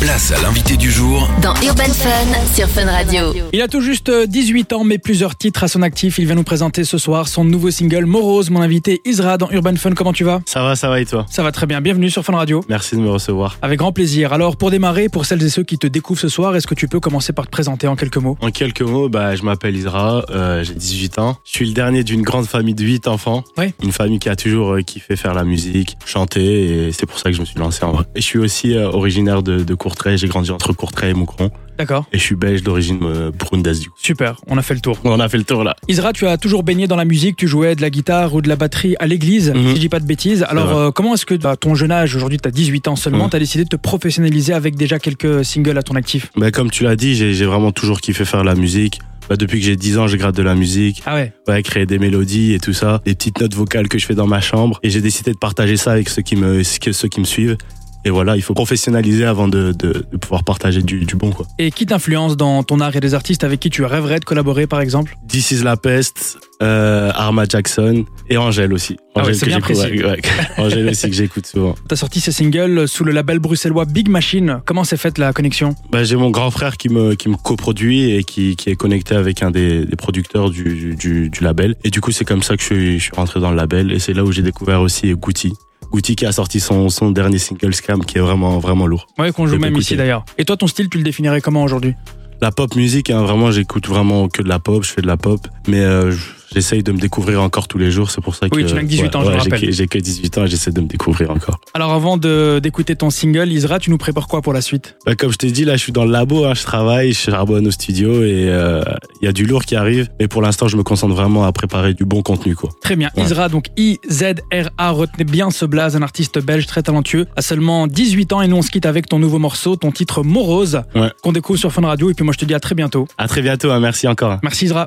Place à l'invité du jour Dans Urban Fun sur Fun Radio. Il a tout juste 18 ans, mais plusieurs titres à son actif. Il va nous présenter ce soir son nouveau single Morose. Mon invité Isra dans Urban Fun. Comment tu vas Ça va, ça va et toi Ça va très bien. Bienvenue sur Fun Radio. Merci de me recevoir. Avec grand plaisir. Alors, pour démarrer, pour celles et ceux qui te découvrent ce soir, est-ce que tu peux commencer par te présenter en quelques mots En quelques mots, bah, je m'appelle Isra, euh, j'ai 18 ans. Je suis le dernier d'une grande famille de 8 enfants. Ouais. Une famille qui a toujours euh, kiffé faire la musique, chanter, et c'est pour ça que je me suis lancé en vrai. Et je suis aussi euh, originaire de, de Courtrai, j'ai grandi entre Courtrai et Moucron. D'accord. Et je suis belge d'origine euh, burundaise du coup. Super, on a fait le tour. On a fait le tour là. Isra, tu as toujours baigné dans la musique, tu jouais de la guitare ou de la batterie à l'église, Mhm. si je dis pas de bêtises. Alors, vrai. euh, comment est-ce que, à ton jeune âge, aujourd'hui tu as 18 ans seulement, Mhm. tu as décidé de te professionnaliser avec déjà quelques singles à ton actif Bah, comme tu l'as dit, j'ai j'ai vraiment toujours kiffé faire la musique. Bah, depuis que j'ai 10 ans, je gratte de la musique, Ah ouais ouais, créer des mélodies et tout ça, des petites notes vocales que je fais dans ma chambre. Et j'ai décidé de partager ça avec ceux qui me, ceux qui me suivent. Et voilà, il faut professionnaliser avant de, de, de pouvoir partager du, du bon. Quoi. Et qui t'influence dans ton art et des artistes avec qui tu rêverais de collaborer par exemple This is La Peste, euh, Arma Jackson et Angèle aussi. Ah ouais, Angèle c'est que bien j'écoute- précis. ouais, ouais. Angèle aussi que j'écoute souvent. T'as sorti ce single sous le label bruxellois Big Machine. Comment s'est faite la connexion Bah, j'ai mon grand frère qui me, qui me coproduit et qui, qui est connecté avec un des, des producteurs du, du, du label. Et du coup, c'est comme ça que je suis, je suis rentré dans le label. Et c'est là où j'ai découvert aussi Gucci. Gucci qui a sorti son, son dernier single Scam qui est vraiment, vraiment lourd. Ouais, qu'on joue J'ai même écouté. ici d'ailleurs. Et toi, ton style, tu le définirais comment aujourd'hui La pop musique, hein, vraiment, j'écoute vraiment que de la pop, je fais de la pop, mais euh, j- j'essaye de me découvrir encore tous les jours, c'est pour ça que... Oui, tu n'as que 18 ans, je ouais, le j'ai rappelle. que- J'ai que 18 ans et j'essaie de me découvrir encore. Alors avant de- d'écouter ton single, Isra, tu nous prépares quoi pour la suite Bah, comme je t'ai dit, là, je suis dans le labo, hein, je travaille, je charbonne au studio et euh, il y a du lourd qui arrive, mais pour l'instant, je me concentre vraiment à préparer du bon contenu, quoi. Très bien, Ouais. Isra, donc I-Z-R-A, retenez bien ce blaze, un artiste belge très talentueux, à seulement 18 ans, et nous on se quitte avec ton nouveau morceau, ton titre Morose, Ouais. qu'on découvre sur Fun Radio, et puis moi je te dis à très bientôt. À très bientôt, hein, merci encore. hein. Merci Isra.